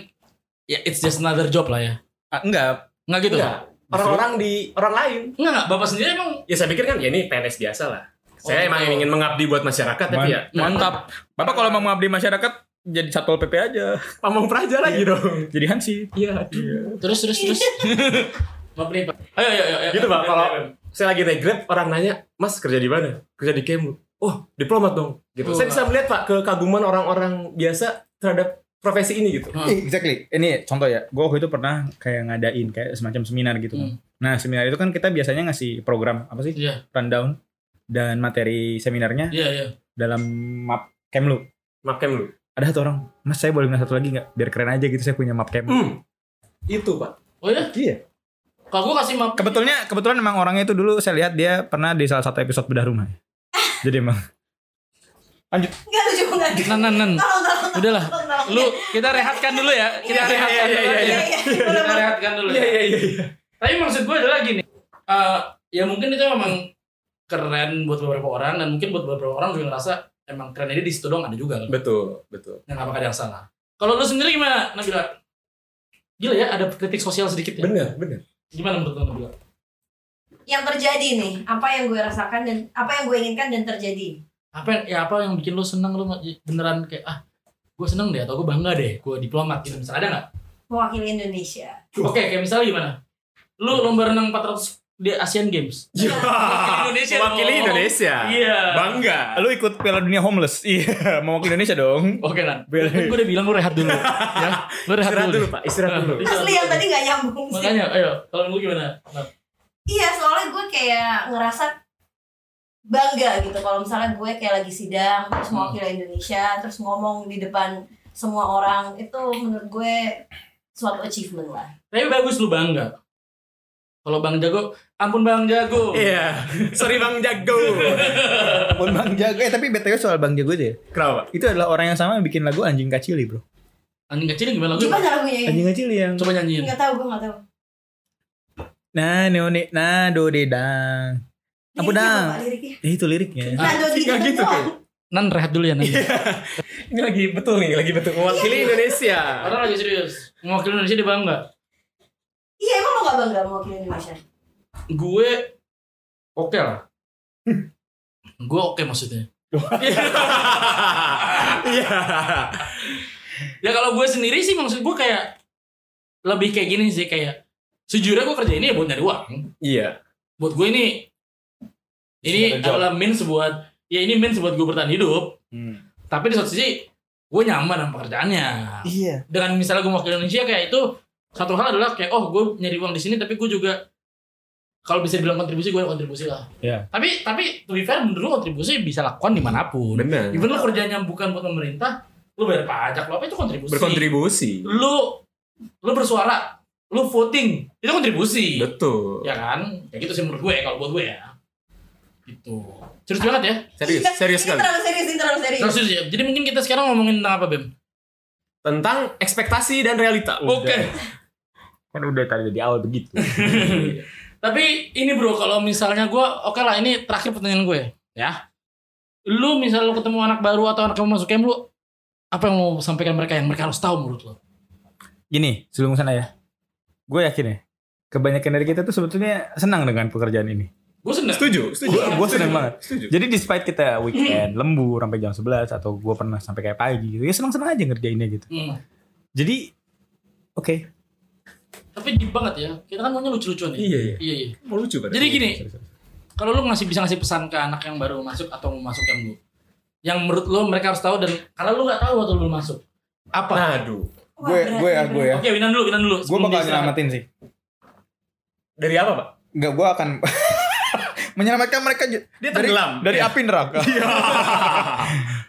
[SPEAKER 2] ya it's just another job lah ya.
[SPEAKER 6] Ah, enggak,
[SPEAKER 2] Nggak gitu? Nggak,
[SPEAKER 3] Enggak. Orang-orang di orang lain.
[SPEAKER 2] nggak. Bapak sendiri emang
[SPEAKER 3] Ya saya pikir kan ya ini PNS biasa lah. Saya
[SPEAKER 2] gitu.
[SPEAKER 3] emang ingin mengabdi buat masyarakat tapi ya
[SPEAKER 6] mantap. Bapak kalau mau mengabdi masyarakat jadi satpol PP aja.
[SPEAKER 3] pamong praja lagi
[SPEAKER 2] Iya.
[SPEAKER 3] dong.
[SPEAKER 6] Jadi hansi.
[SPEAKER 3] Iya. aduh.
[SPEAKER 2] terus terus terus. Bapak nih, Pak. Ayo, ayo, ayo. ayo.
[SPEAKER 3] Gitu pak. Kalau
[SPEAKER 2] Iya.
[SPEAKER 3] saya lagi naik Grab, orang nanya, Mas kerja di mana? Kerja di Kemlu. Oh diplomat dong. Gitu. Saya
[SPEAKER 2] Wah.
[SPEAKER 3] bisa melihat pak kekaguman orang-orang biasa terhadap profesi ini gitu.
[SPEAKER 2] Iya,
[SPEAKER 6] Exactly. Ini contoh ya. Gue waktu itu pernah kayak ngadain kayak semacam seminar gitu kan. Nah, seminar itu kan kita biasanya ngasih program apa sih?
[SPEAKER 2] Hmm. Iya.
[SPEAKER 6] Rundown dan materi seminarnya
[SPEAKER 2] Iya, iya.
[SPEAKER 6] dalam map Kemlu.
[SPEAKER 3] Map Kemlu.
[SPEAKER 6] Ada satu orang, "Mas, saya boleh minta satu lagi nggak? Biar keren aja gitu saya punya map Kemlu."
[SPEAKER 3] Hmm. Itu pak.
[SPEAKER 2] Oh iya?
[SPEAKER 6] Iya.
[SPEAKER 2] Kalau gue kasih map.
[SPEAKER 6] Kebetulnya kebetulan emang orangnya itu dulu saya lihat dia pernah di salah satu episode bedah rumah. Jadi emang
[SPEAKER 7] Enggak lucu banget.
[SPEAKER 2] Nan, nan, nan.
[SPEAKER 7] Tolong tolong.
[SPEAKER 2] Udah lah.
[SPEAKER 7] tolong, tolong.
[SPEAKER 2] Lu, kita rehatkan dulu ya. Kita
[SPEAKER 7] Iya,
[SPEAKER 2] rehatkan
[SPEAKER 3] iya,
[SPEAKER 2] dulu.
[SPEAKER 3] iya,
[SPEAKER 7] Iya
[SPEAKER 2] ya.
[SPEAKER 7] iya. Boleh,
[SPEAKER 2] Kita
[SPEAKER 7] boleh.
[SPEAKER 2] rehatkan dulu. ya.
[SPEAKER 3] iya iya.
[SPEAKER 2] Tapi maksud gue adalah gini, eh, ya mungkin itu memang keren buat beberapa orang dan mungkin buat beberapa orang juga ngerasa emang keren ini di situ doang ada juga kan.
[SPEAKER 3] Betul betul.
[SPEAKER 2] Dan apakah ada yang salah? Kalau lu sendiri gimana, Nabila? Gila ya, ada kritik sosial sedikit ya.
[SPEAKER 3] Bener bener.
[SPEAKER 2] Gimana menurut lu, Nabila?
[SPEAKER 7] Yang terjadi nih, apa yang gue rasakan dan apa yang gue inginkan dan terjadi.
[SPEAKER 2] Apa yang, ya apa yang bikin lu seneng lu beneran kayak ah gue seneng deh atau gue bangga deh gue diplomat gitu misalnya ada nggak?
[SPEAKER 7] Mewakili Indonesia.
[SPEAKER 2] Oke kayak misalnya gimana? Lu lomba renang 400 di Asian Games.
[SPEAKER 3] Iya.
[SPEAKER 2] Indonesia
[SPEAKER 3] Mewakili
[SPEAKER 2] dong.
[SPEAKER 3] Indonesia. Oh.
[SPEAKER 2] Iya.
[SPEAKER 3] Bangga.
[SPEAKER 6] lu ikut Piala Dunia Homeless. Iya, mau ke Indonesia dong.
[SPEAKER 2] Oke Nan,
[SPEAKER 6] Boleh.
[SPEAKER 2] gue udah bilang gue rehat dulu ya. Lu rehat
[SPEAKER 3] Istirahat
[SPEAKER 2] dulu.
[SPEAKER 3] dulu
[SPEAKER 2] deh.
[SPEAKER 3] pak. Istirahat dulu.
[SPEAKER 7] Asli yang tadi nggak nyambung sih.
[SPEAKER 2] Makanya ayo kalau lu gimana? Nah, Nan?
[SPEAKER 7] Iya, soalnya gue kayak ngerasa bangga gitu kalau misalnya gue kayak lagi sidang terus
[SPEAKER 3] Hmm.
[SPEAKER 7] mewakili Indonesia terus ngomong di depan semua orang itu menurut gue suatu achievement lah.
[SPEAKER 2] Tapi bagus lu bangga. Kalau Bang Jago, ampun Bang Jago.
[SPEAKER 3] Iya. Sorry bang Jago.
[SPEAKER 6] Bukan Bang Jago. Eh, tapi BTW soal Bang Jago aja ya.
[SPEAKER 3] Kenapa?
[SPEAKER 6] Itu adalah orang yang sama yang bikin lagu Anjing Kacili, Bro.
[SPEAKER 2] Anjing kecil gimana lagu?
[SPEAKER 7] Gimana
[SPEAKER 3] Iya.
[SPEAKER 7] Iya. lagunya ini?
[SPEAKER 6] Anjing Kacili yang
[SPEAKER 2] Coba nyanyiin.
[SPEAKER 7] Nggak tahu gue nggak tahu.
[SPEAKER 6] Nah, neone nah do de dang. Ampun
[SPEAKER 7] Liriknya
[SPEAKER 6] dang.
[SPEAKER 7] apa, liriknya?
[SPEAKER 3] Ah.
[SPEAKER 6] Eh, itu liriknya.
[SPEAKER 7] Nah, Dodi
[SPEAKER 3] nggak gitu,
[SPEAKER 7] doang.
[SPEAKER 2] Nan rehat dulu ya Nan.
[SPEAKER 3] Ini lagi betul nih. Lagi betul. Mewakili Indonesia.
[SPEAKER 2] Orang lagi serius. Mewakili Indonesia dia bangga.
[SPEAKER 7] Iya, emang lo gak bangga mewakili Indonesia?
[SPEAKER 2] Gue oke lah. gue oke maksudnya
[SPEAKER 3] Iya.
[SPEAKER 2] ya kalau gue sendiri sih maksud gue kayak lebih kayak gini sih kayak sejujurnya gue kerja ini ya buat nyari uang
[SPEAKER 3] Iya.
[SPEAKER 2] buat gue ini ini
[SPEAKER 1] Sebagai job.
[SPEAKER 2] adalah means buat ya ini means buat gue bertahan hidup
[SPEAKER 6] Hmm.
[SPEAKER 2] tapi di satu sisi gue nyaman sama pekerjaannya
[SPEAKER 5] Iya.
[SPEAKER 2] dengan misalnya gue mau ke Indonesia kayak itu satu hal adalah kayak oh gue nyari uang di sini tapi gue juga kalau bisa dibilang kontribusi gue kontribusi lah
[SPEAKER 6] Iya.
[SPEAKER 2] tapi tapi to be fair menurut gue kontribusi bisa lakukan dimanapun
[SPEAKER 3] Benar.
[SPEAKER 2] even lo kerjanya bukan buat pemerintah lo bayar pajak lo apa itu kontribusi
[SPEAKER 3] Berkontribusi.
[SPEAKER 2] lu lu bersuara lu voting itu kontribusi
[SPEAKER 3] Betul.
[SPEAKER 2] ya kan kayak gitu sih menurut gue kalau buat gue ya gitu serius banget ya
[SPEAKER 3] Serius, serius
[SPEAKER 7] ini
[SPEAKER 3] sekali.
[SPEAKER 7] terlalu serius, ini terlalu serius.
[SPEAKER 2] serius ya jadi mungkin kita sekarang ngomongin tentang apa bem
[SPEAKER 3] Tentang ekspektasi dan realita.
[SPEAKER 2] oke
[SPEAKER 6] Kan udah tadi di awal begitu.
[SPEAKER 2] tapi ini bro kalau misalnya gue oke lah ini terakhir pertanyaan gue ya lu misalnya lu ketemu anak baru atau anak kamu masuk camp lu apa yang mau sampaikan mereka yang mereka harus tahu menurut lo
[SPEAKER 6] Gini, sebelum sana ya. Gue yakin ya. Kebanyakan dari kita tuh sebetulnya senang dengan pekerjaan ini.
[SPEAKER 2] gue seneng
[SPEAKER 3] Setuju, setuju.
[SPEAKER 6] Gua- gua seneng banget.
[SPEAKER 3] Setuju.
[SPEAKER 6] Jadi despite kita weekend lembur sampai jam 11 atau gue pernah sampai kayak pagi gitu. Ya senang-senang aja ngerjainnya gitu.
[SPEAKER 2] Hmm.
[SPEAKER 6] Jadi oke.
[SPEAKER 2] tapi deep banget ya kita kan maunya lucu-lucuan ya
[SPEAKER 3] Iya, iya.
[SPEAKER 2] iya, iya.
[SPEAKER 3] Mau lucu Iya, pada.
[SPEAKER 2] Jadi gini, kalau lu ngasih bisa ngasih pesan ke anak yang baru masuk atau mau masuk yang lu, yang menurut lu mereka harus tahu dan karena lu nggak tahu waktu lu masuk apa?
[SPEAKER 3] Nah, Aduh.
[SPEAKER 7] Wah,
[SPEAKER 1] Gue
[SPEAKER 7] berat,
[SPEAKER 1] gue ya
[SPEAKER 7] berat.
[SPEAKER 1] gue ya.
[SPEAKER 2] Oke, Winan dulu, Winan dulu.
[SPEAKER 1] Gue
[SPEAKER 2] Sebelum
[SPEAKER 1] bakal
[SPEAKER 2] dia istirahat.
[SPEAKER 1] nyelamatin sih.
[SPEAKER 3] Dari apa, Pak?
[SPEAKER 1] Enggak, gue akan menyelamatkan mereka ju-
[SPEAKER 3] Dia
[SPEAKER 1] dari
[SPEAKER 3] tenggelam. Iya.
[SPEAKER 1] dari api neraka.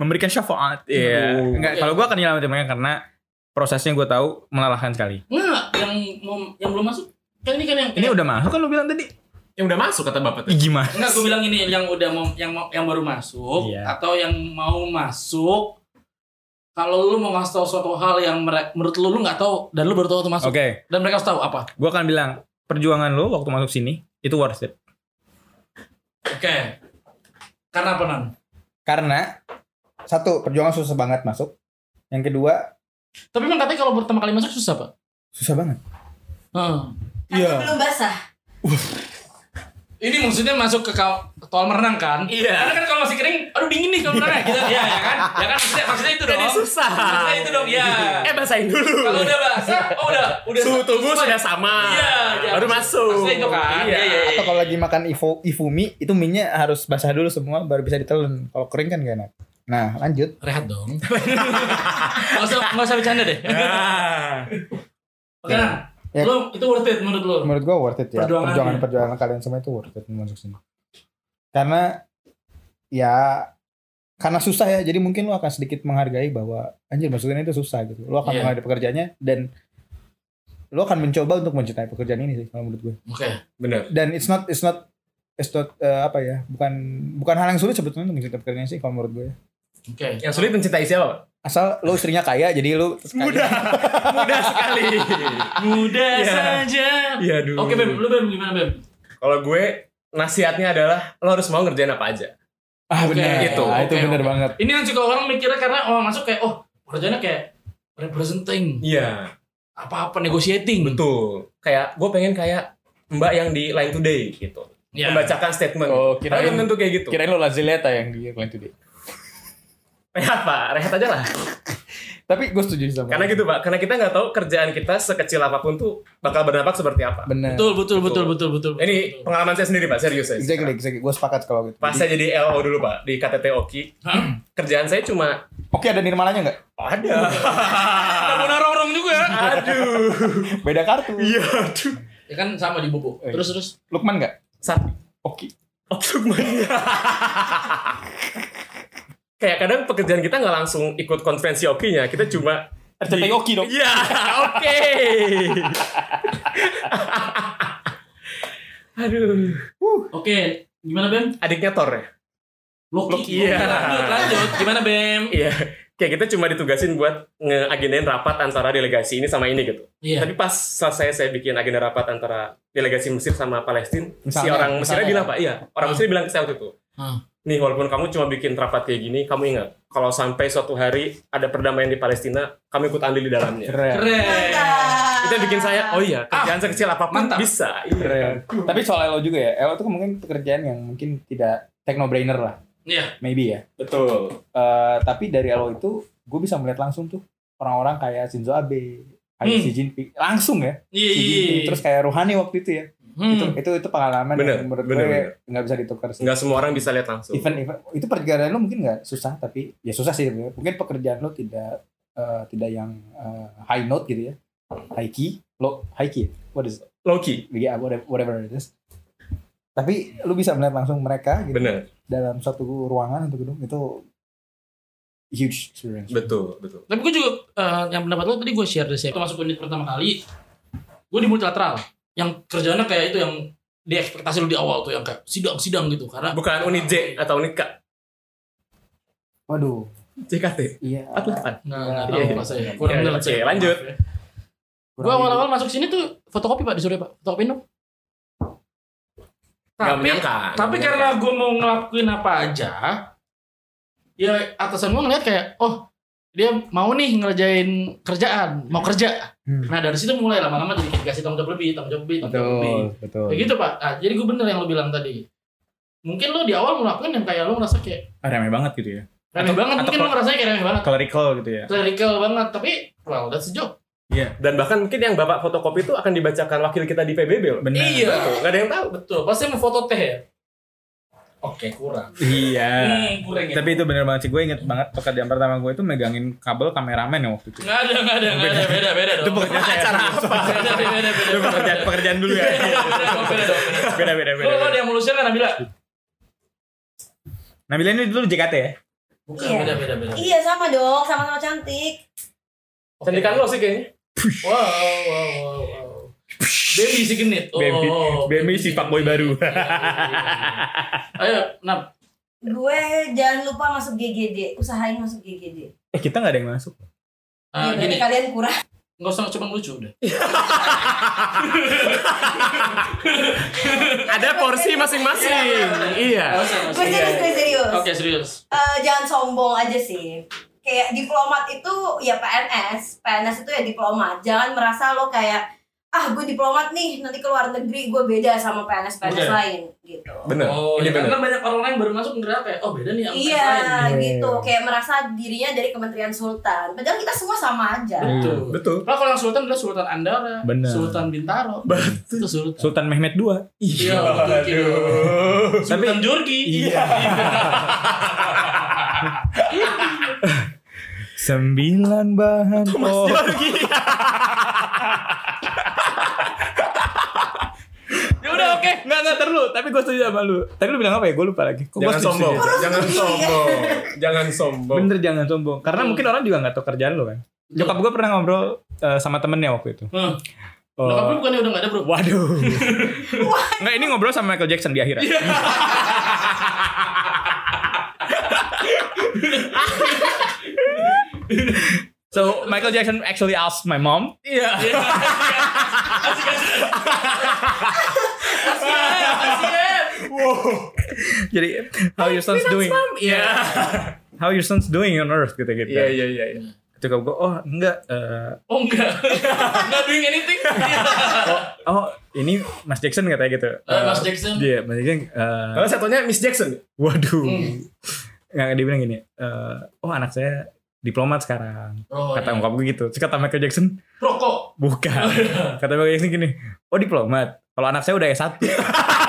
[SPEAKER 6] memberikan syafaat. Iya. Enggak, kalau gue akan nyelamatin mereka karena prosesnya gue tahu melelahkan sekali.
[SPEAKER 2] Nggak, yang mau yang belum masuk. Kan ini kan yang
[SPEAKER 6] Ini udah mahal kan lu bilang tadi.
[SPEAKER 3] Yang udah masuk kata Bapak
[SPEAKER 6] Ih,
[SPEAKER 3] tadi.
[SPEAKER 6] Gimana?
[SPEAKER 2] Enggak, gue bilang ini yang udah mau yang mau- yang baru masuk
[SPEAKER 6] Iya.
[SPEAKER 2] atau yang mau masuk. Kalau lu mau ngasih tahu suatu hal yang merek- menurut lu lu nggak tahu dan lu baru tahu waktu
[SPEAKER 6] Oke,
[SPEAKER 2] masuk dan mereka harus tahu apa?
[SPEAKER 6] gue akan bilang perjuangan lu waktu masuk sini itu worth it.
[SPEAKER 2] Oke. Karena apa Nan?
[SPEAKER 1] Karena satu, perjuangan susah banget masuk. Yang kedua,
[SPEAKER 2] Tapi emang katanya kalau pertama kali masuk susah pak?
[SPEAKER 1] susah banget.
[SPEAKER 2] Hmm.
[SPEAKER 3] Iya.
[SPEAKER 7] Karena belum basah.
[SPEAKER 2] Ini maksudnya masuk ke kau- ke kolam renang kan?
[SPEAKER 3] Iya.
[SPEAKER 2] Karena kan kalau masih kering, aduh dingin nih kolam renang gitu. Iya, ya kan? Ya kan maksudnya, maksudnya itu dong.
[SPEAKER 3] Jadi susah.
[SPEAKER 2] Maksudnya itu dong, ya.
[SPEAKER 3] Eh, basahin
[SPEAKER 2] Kalau
[SPEAKER 3] dulu.
[SPEAKER 2] udah basah, oh udah, udah
[SPEAKER 3] Suhu tubuh
[SPEAKER 2] sudah
[SPEAKER 3] sudah sama.
[SPEAKER 2] Iya, iya.
[SPEAKER 3] Baru masuk.
[SPEAKER 2] Maksudnya itu kan?
[SPEAKER 3] Iya,
[SPEAKER 2] Iya, iya.
[SPEAKER 1] Atau kalau lagi makan ifo, ifumi, itu minyak harus basah dulu semua baru bisa ditelan. Kalau kering kan gak enak. Nah, lanjut.
[SPEAKER 2] Rehat dong. Enggak usah enggak usah bercanda deh. Oke. Nah,
[SPEAKER 1] Ya.
[SPEAKER 2] Lu itu worth it menurut lu?
[SPEAKER 1] Menurut gue worth it ya.
[SPEAKER 2] Perjuangannya.
[SPEAKER 1] Perjuangan-perjuangan kalian semua itu worth it masuk sini. Karena ya karena susah ya, jadi mungkin lu akan sedikit menghargai bahwa anjir maksudnya itu susah gitu. Lu akan
[SPEAKER 2] Iya.
[SPEAKER 1] menghargai pekerjaannya dan lu akan mencoba untuk mencintai pekerjaan ini sih kalau menurut gue.
[SPEAKER 2] Oke.
[SPEAKER 3] Benar.
[SPEAKER 1] Dan it's not it's not it's not eh, apa ya? Bukan bukan hal yang sulit sebetulnya untuk mencintai pekerjaan sih kalau menurut gue.
[SPEAKER 2] Oke.
[SPEAKER 3] Yang sulit mencintai siapa, Pak?
[SPEAKER 1] Asal lu istrinya kaya jadi lu mudah.
[SPEAKER 3] Mudah sekali.
[SPEAKER 2] Mudah
[SPEAKER 3] Iya.
[SPEAKER 2] saja.
[SPEAKER 3] Iya, dulu.
[SPEAKER 2] Oke, Bem, lu Bem gimana, Bem?
[SPEAKER 3] Kalau gue nasihatnya adalah lo harus mau ngerjain apa aja.
[SPEAKER 1] Ah
[SPEAKER 2] Oke,
[SPEAKER 1] benar.
[SPEAKER 3] gitu.
[SPEAKER 1] itu
[SPEAKER 2] Oke,
[SPEAKER 1] benar
[SPEAKER 2] oke.
[SPEAKER 1] banget.
[SPEAKER 2] Ini yang juga orang mikirnya karena orang masuk kayak oh, kerjanya kayak representing
[SPEAKER 3] Iya,
[SPEAKER 2] apa-apa negotiating.
[SPEAKER 3] betul. Kayak gue pengen kayak Mbak yang di Line Today gitu.
[SPEAKER 2] Ya.
[SPEAKER 3] Membacakan statement.
[SPEAKER 4] Oh,
[SPEAKER 3] Tapi
[SPEAKER 4] kirain-
[SPEAKER 3] belum tentu kayak gitu.
[SPEAKER 4] Kirain lo Lazileta yang di Line Today.
[SPEAKER 3] Rehat, Pak. Rehat aja lah.
[SPEAKER 1] Tapi gue setuju sama.
[SPEAKER 3] Karena gitu, Pak. Karena kita nggak tahu kerjaan kita sekecil apapun tuh bakal berdampak seperti apa.
[SPEAKER 1] benar.
[SPEAKER 2] Betul, betul, betul, betul, betul. betul, betul.
[SPEAKER 3] Ini pengalaman saya sendiri, Pak. Serius saya.
[SPEAKER 1] Exactly, exactly. Gue sepakat kalau gitu.
[SPEAKER 3] Pas
[SPEAKER 1] Jadi-
[SPEAKER 3] saya jadi LO dulu, Pak, di KTT Oki.
[SPEAKER 2] Hah?
[SPEAKER 3] Kerjaan saya cuma
[SPEAKER 1] Oke, ada nirmalanya nggak?
[SPEAKER 3] ada.
[SPEAKER 2] Tabuna rorong juga.
[SPEAKER 3] Aduh.
[SPEAKER 1] Beda kartu.
[SPEAKER 3] Iya, aduh.
[SPEAKER 2] Ya kan sama di bobo. Terus terus.
[SPEAKER 1] Lukman nggak?
[SPEAKER 3] Satu.
[SPEAKER 1] Oke.
[SPEAKER 3] Kayak kadang pekerjaan kita nggak langsung ikut konferensi okinya, kita cuma
[SPEAKER 1] RCTI Oki dong.
[SPEAKER 3] Iya, oke. Aduh,
[SPEAKER 2] Oke, gimana Bem?
[SPEAKER 3] adiknya Thor ya?
[SPEAKER 2] Loki.
[SPEAKER 3] Iya.
[SPEAKER 2] Lanjut, lanjut. Gimana Bem?
[SPEAKER 3] Iya. Kayak kita cuma ditugasin buat ngeagendain rapat antara delegasi ini sama ini gitu.
[SPEAKER 2] Iya.
[SPEAKER 3] Tapi pas selesai saya bikin agenda rapat antara delegasi Mesir sama Palestina, si
[SPEAKER 1] Misalnya,
[SPEAKER 3] orang Mesirnya
[SPEAKER 1] misalnya.
[SPEAKER 2] ya.
[SPEAKER 3] bilang, Pak, iya, orang
[SPEAKER 2] Ah.
[SPEAKER 3] Mesir bilang ke saya waktu itu.
[SPEAKER 2] Hmm.
[SPEAKER 3] Nih, walaupun kamu cuma bikin rapat kayak gini, kamu ingat, kalau sampai suatu hari ada perdamaian di Palestina, kamu ikut andil di dalamnya.
[SPEAKER 1] Keren.
[SPEAKER 2] Keren.
[SPEAKER 7] Mantap.
[SPEAKER 3] Itu yang bikin saya, oh iya, kerjaan sekecil apapun
[SPEAKER 2] Ah. mantap.
[SPEAKER 3] bisa. Iya.
[SPEAKER 1] Keren. Tapi soal Elo juga ya. Elo tuh mungkin pekerjaan yang mungkin tidak techno brainer lah.
[SPEAKER 2] Iya.
[SPEAKER 1] maybe ya
[SPEAKER 4] Betul.
[SPEAKER 1] Eh, tapi dari lo itu gue bisa melihat langsung tuh orang-orang kayak Shinzo Abe kayak
[SPEAKER 2] Hmm.
[SPEAKER 1] Xi Jinping langsung ya
[SPEAKER 2] Iya,
[SPEAKER 1] Xi
[SPEAKER 2] iya,
[SPEAKER 1] Jinping
[SPEAKER 2] iya.
[SPEAKER 1] terus kayak Ruhani waktu itu ya
[SPEAKER 2] Hmm.
[SPEAKER 1] itu itu itu pengalaman
[SPEAKER 3] Bener,
[SPEAKER 1] yang menurut
[SPEAKER 3] bener,
[SPEAKER 1] gue nggak bisa ditukar sih
[SPEAKER 3] Nggak semua orang bisa lihat langsung.
[SPEAKER 1] event event itu pekerjaan lo mungkin nggak susah tapi ya susah sih sebenarnya. mungkin pekerjaan lo tidak eh, tidak yang eh, high note gitu ya high key lo high key what is it?
[SPEAKER 3] Loki,
[SPEAKER 1] Yeah, whatever, whatever it is tapi lu bisa melihat langsung mereka gitu
[SPEAKER 3] bener.
[SPEAKER 1] dalam satu ruangan atau gedung itu huge experience
[SPEAKER 3] Betul, betul.
[SPEAKER 2] Tapi gue juga eh, yang pendapat lo tadi gue share deh sih. Waktu masuk unit pertama kali, gue di multilateral. Yang kerjanya kayak itu yang di ekspektasi lo di awal tuh yang kayak sidang-sidang gitu karena
[SPEAKER 3] Bukan unit J atau unit K.
[SPEAKER 1] waduh
[SPEAKER 3] JKT.
[SPEAKER 1] iya
[SPEAKER 2] nggak nggak
[SPEAKER 3] 48.
[SPEAKER 1] Iya,
[SPEAKER 2] tahu
[SPEAKER 3] iya.
[SPEAKER 2] bahasa ya. Kurang
[SPEAKER 3] Iya,
[SPEAKER 2] bener
[SPEAKER 3] oke,
[SPEAKER 2] sih.
[SPEAKER 3] lanjut.
[SPEAKER 2] Maaf ya. Gue
[SPEAKER 1] kurang
[SPEAKER 2] awal-awal masuk sini tuh fotokopi pak disuruh pak fotokopi dong.
[SPEAKER 3] Nggak
[SPEAKER 2] Tapi
[SPEAKER 3] menyangka.
[SPEAKER 2] tapi
[SPEAKER 3] nggak
[SPEAKER 2] karena gue mau ngelakuin apa aja, ya atasan gue ngeliat kayak oh dia mau nih ngerjain kerjaan, mau kerja.
[SPEAKER 1] Hmm.
[SPEAKER 2] Nah dari situ mulai lama-lama jadi kayak dikasih tanggung jawab lebih, tanggung jawab lebih, tanggung jawab lebih.
[SPEAKER 3] Iya.
[SPEAKER 1] betul betul
[SPEAKER 2] Kayak gitu pak. Nah, jadi gue bener yang lo bilang tadi. Mungkin lo di awal ngelakuin yang kayak lo ngerasa kayak
[SPEAKER 6] Ah, remeh banget gitu ya.
[SPEAKER 2] remeh banget.
[SPEAKER 6] atau
[SPEAKER 2] Mungkin lo
[SPEAKER 6] pro-
[SPEAKER 2] ngerasa kayak remeh banget.
[SPEAKER 6] Clerical gitu ya.
[SPEAKER 2] Clerical banget. Tapi well that's a job.
[SPEAKER 3] menyangka. Dan bahkan mungkin yang bapak fotokopi itu akan dibacakan wakil kita di PBB loh.
[SPEAKER 6] Benar.
[SPEAKER 2] Iya.
[SPEAKER 3] Nggak ada yang tahu.
[SPEAKER 2] Betul. Pasti mau foto teh ya. Oke kurang.
[SPEAKER 6] Iya.
[SPEAKER 2] Hmm, kurang ya.
[SPEAKER 6] Tapi itu bener banget sih. Gue inget banget pekerjaan pertama gue itu megangin kabel kameramen ya waktu itu.
[SPEAKER 2] Nggak ada, nggak ada, nggak ada, beda, beda dong. Itu
[SPEAKER 6] pekerjaan saya.
[SPEAKER 2] Acara apa? Beda, beda, beda, beda.
[SPEAKER 6] pekerjaan pekerjaan dulu ya.
[SPEAKER 2] Beda dong, beda dong, beda.
[SPEAKER 6] Beda beda
[SPEAKER 2] Lo
[SPEAKER 6] beda.
[SPEAKER 2] lo ada yang mau lu share kan
[SPEAKER 7] Iya.
[SPEAKER 2] Nabila?
[SPEAKER 6] Nah, Nabila ini dulu JKT ya.
[SPEAKER 2] Bukan,
[SPEAKER 7] Iya.
[SPEAKER 2] beda, beda,
[SPEAKER 3] Oh,
[SPEAKER 2] beda.
[SPEAKER 7] Iya sama dong, sama-sama cantik.
[SPEAKER 2] Oke.
[SPEAKER 3] Cantikan lo sih kayaknya.
[SPEAKER 2] Wow, wow, wow, wow. Baby si genit. Oh,
[SPEAKER 6] Baby- Baby si
[SPEAKER 2] genit.
[SPEAKER 6] fuckboy baru.
[SPEAKER 2] Iya, iya, iya. Ayo, Nab.
[SPEAKER 7] Gue jangan lupa masuk GGD, usahain masuk GGD.
[SPEAKER 6] Eh kita nggak ada yang masuk.
[SPEAKER 2] Eh,
[SPEAKER 7] ya, berarti
[SPEAKER 2] gini,
[SPEAKER 7] kalian kurang.
[SPEAKER 2] nggak usah cuma lucu udah.
[SPEAKER 3] Ada porsi masing-masing.
[SPEAKER 2] Nggak
[SPEAKER 3] Iya.
[SPEAKER 2] usah, nggak
[SPEAKER 7] Gue
[SPEAKER 2] usah.
[SPEAKER 7] serius, gue serius.
[SPEAKER 2] Oke, serius.
[SPEAKER 7] Eh, jangan sombong aja sih. Kayak diplomat itu ya PNS, PNS itu ya diplomat. Jangan merasa lo kayak ah gue diplomat nih nanti ke luar negeri gue beda sama PNS
[SPEAKER 2] Oke.
[SPEAKER 7] PNS lain gitu.
[SPEAKER 3] Bener.
[SPEAKER 2] Oh,
[SPEAKER 3] ini
[SPEAKER 2] ini
[SPEAKER 3] bener.
[SPEAKER 2] karena banyak orang yang baru masuk ngerasa kayak oh beda nih sama
[SPEAKER 7] Iya
[SPEAKER 2] yang lain.
[SPEAKER 7] gitu, kayak merasa dirinya dari Kementerian Sultan. Padahal kita semua sama aja.
[SPEAKER 2] Betul.
[SPEAKER 3] Betul.
[SPEAKER 2] Kalau kalau yang Sultan adalah Sultan Andara,
[SPEAKER 6] Benar.
[SPEAKER 2] Sultan Bintaro, itu Sultan.
[SPEAKER 6] Sultan Mehmet II.
[SPEAKER 2] Iya, betul. Sultan Jorgi. Iya.
[SPEAKER 6] Sembilan bahan Oh. pokok.
[SPEAKER 2] ya udah oke.
[SPEAKER 6] Enggak enggak terlalu, tapi gue setuju sama lu. Tadi lu bilang apa ya? Gue lupa lagi. Kok gua
[SPEAKER 3] Jangan
[SPEAKER 6] setuju
[SPEAKER 3] sombong.
[SPEAKER 6] ya?
[SPEAKER 3] Jangan sombong. Jangan sombong.
[SPEAKER 6] Bener jangan sombong. Karena mungkin orang juga nggak tahu kerjaan lu kan. Nyokap gue pernah ngobrol eh, sama temennya waktu itu.
[SPEAKER 2] Hmm.
[SPEAKER 6] Oh,
[SPEAKER 2] Nyokap lu bukannya udah gak ada bro?
[SPEAKER 6] waduh. Enggak ini ngobrol sama Michael Jackson di ya? akhirat.
[SPEAKER 2] Iya.
[SPEAKER 6] so Michael Jackson actually asked my mom.
[SPEAKER 2] Iya. Asik, asik. Ah, Asik, asik.
[SPEAKER 6] Jadi how your son's doing?
[SPEAKER 2] Iya.
[SPEAKER 6] How your son's doing on earth gitu gitu.
[SPEAKER 3] Iya, iya, iya. iya.
[SPEAKER 6] Ketika gue oh enggak eh,
[SPEAKER 2] Oh enggak. Iya. Enggak doing anything.
[SPEAKER 6] oh ini Mas Jackson katanya gitu.
[SPEAKER 2] Eh, Mas
[SPEAKER 6] Eh,
[SPEAKER 2] Jackson.
[SPEAKER 6] Iya, Mas Jackson. eh,
[SPEAKER 3] Kalau satunya Miss Jackson.
[SPEAKER 6] waduh.
[SPEAKER 2] Hmm.
[SPEAKER 6] Nggak, dia bilang gini, eh, oh anak saya diplomat sekarang.
[SPEAKER 2] Oh,
[SPEAKER 6] Kata
[SPEAKER 2] iya.
[SPEAKER 6] ungkap gue gitu. Terus kata Michael Jackson,
[SPEAKER 2] Rokok.
[SPEAKER 6] bukan. kata Michael Jackson gini, oh diplomat. Kalau anak saya udah S1.